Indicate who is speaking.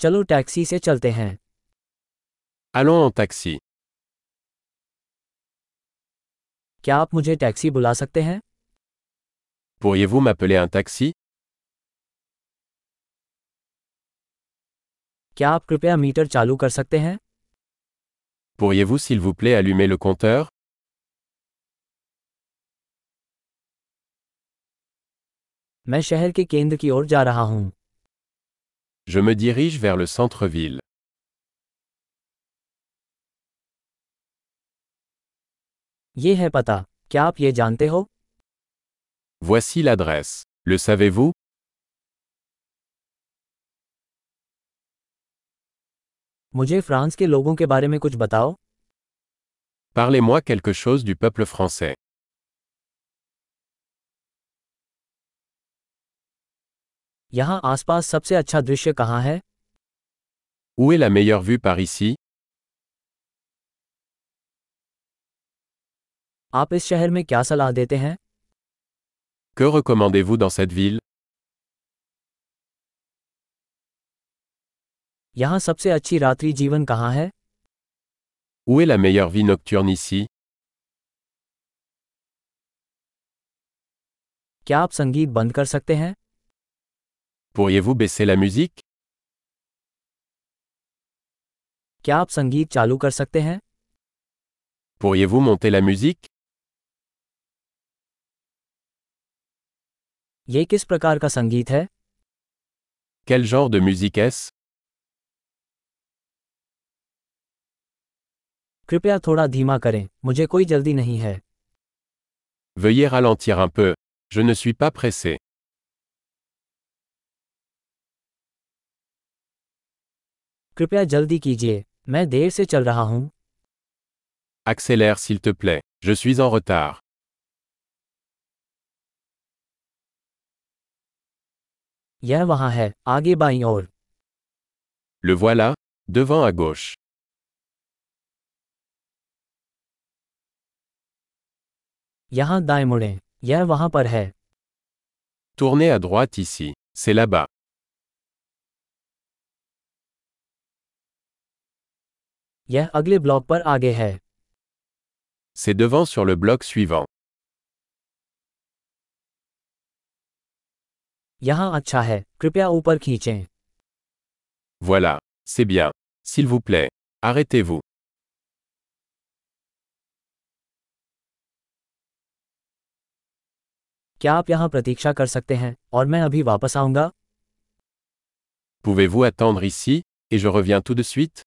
Speaker 1: चलो टैक्सी से चलते हैं
Speaker 2: Allons en taxi.
Speaker 1: क्या आप मुझे टैक्सी बुला सकते हैं
Speaker 2: Pourriez-vous m'appeler un taxi
Speaker 1: क्या आप कृपया मीटर चालू कर सकते हैं
Speaker 2: Pourriez-vous s'il vous plaît allumer le compteur
Speaker 1: मैं शहर के केंद्र की ओर जा रहा हूँ
Speaker 2: Je me dirige vers le centre-ville.
Speaker 1: ये है पता क्या आप ये जानते हो
Speaker 2: Voici l'adresse. Le savez-vous
Speaker 1: मुझे फ्रांस के लोगों के बारे में कुछ बताओ
Speaker 2: Parlez-moi quelque chose du peuple français.
Speaker 1: यहाँ आसपास सबसे अच्छा दृश्य कहाँ है
Speaker 2: Où est la meilleure vue par ici
Speaker 1: आप इस शहर में क्या सलाह देते हैं
Speaker 2: Que recommandez-vous dans cette ville
Speaker 1: यहाँ सबसे अच्छी रात्रि जीवन कहाँ है
Speaker 2: Où est la meilleure vie nocturne ici
Speaker 1: क्या आप संगीत बंद कर सकते हैं
Speaker 2: Pourriez-vous baisser la musique
Speaker 1: क्या आप संगीत चालू कर सकते हैं
Speaker 2: Pourriez-vous monter la musique
Speaker 1: ये किस प्रकार का संगीत है
Speaker 2: Quel genre de musique est-ce
Speaker 1: कृपया थोड़ा धीमा करें मुझे कोई जल्दी नहीं है
Speaker 2: Veuillez ralentir un peu. Je ne suis pas pressé.
Speaker 1: कृपया जल्दी कीजिए मैं देर से चल रहा हूँ
Speaker 2: Accélère s'il te plaît. Je suis en retard.
Speaker 1: यह वहाँ है आगे बाईं ओर
Speaker 2: Le voilà, devant à gauche.
Speaker 1: यहाँ दाएं मुड़ें यह वहाँ पर है
Speaker 2: Tournez à droite ici. C'est là-bas.
Speaker 1: यह अगले ब्लॉक पर आगे है
Speaker 2: C'est devant sur le bloc suivant.
Speaker 1: यहाँ अच्छा है कृपया ऊपर खींचें
Speaker 2: Voilà. C'est bien. S'il vous plaît. Arrêtez-vous.
Speaker 1: क्या आप यहाँ प्रतीक्षा कर सकते हैं और मैं अभी वापस आऊँगा
Speaker 2: Pouvez-vous attendre ici, et je reviens tout de suite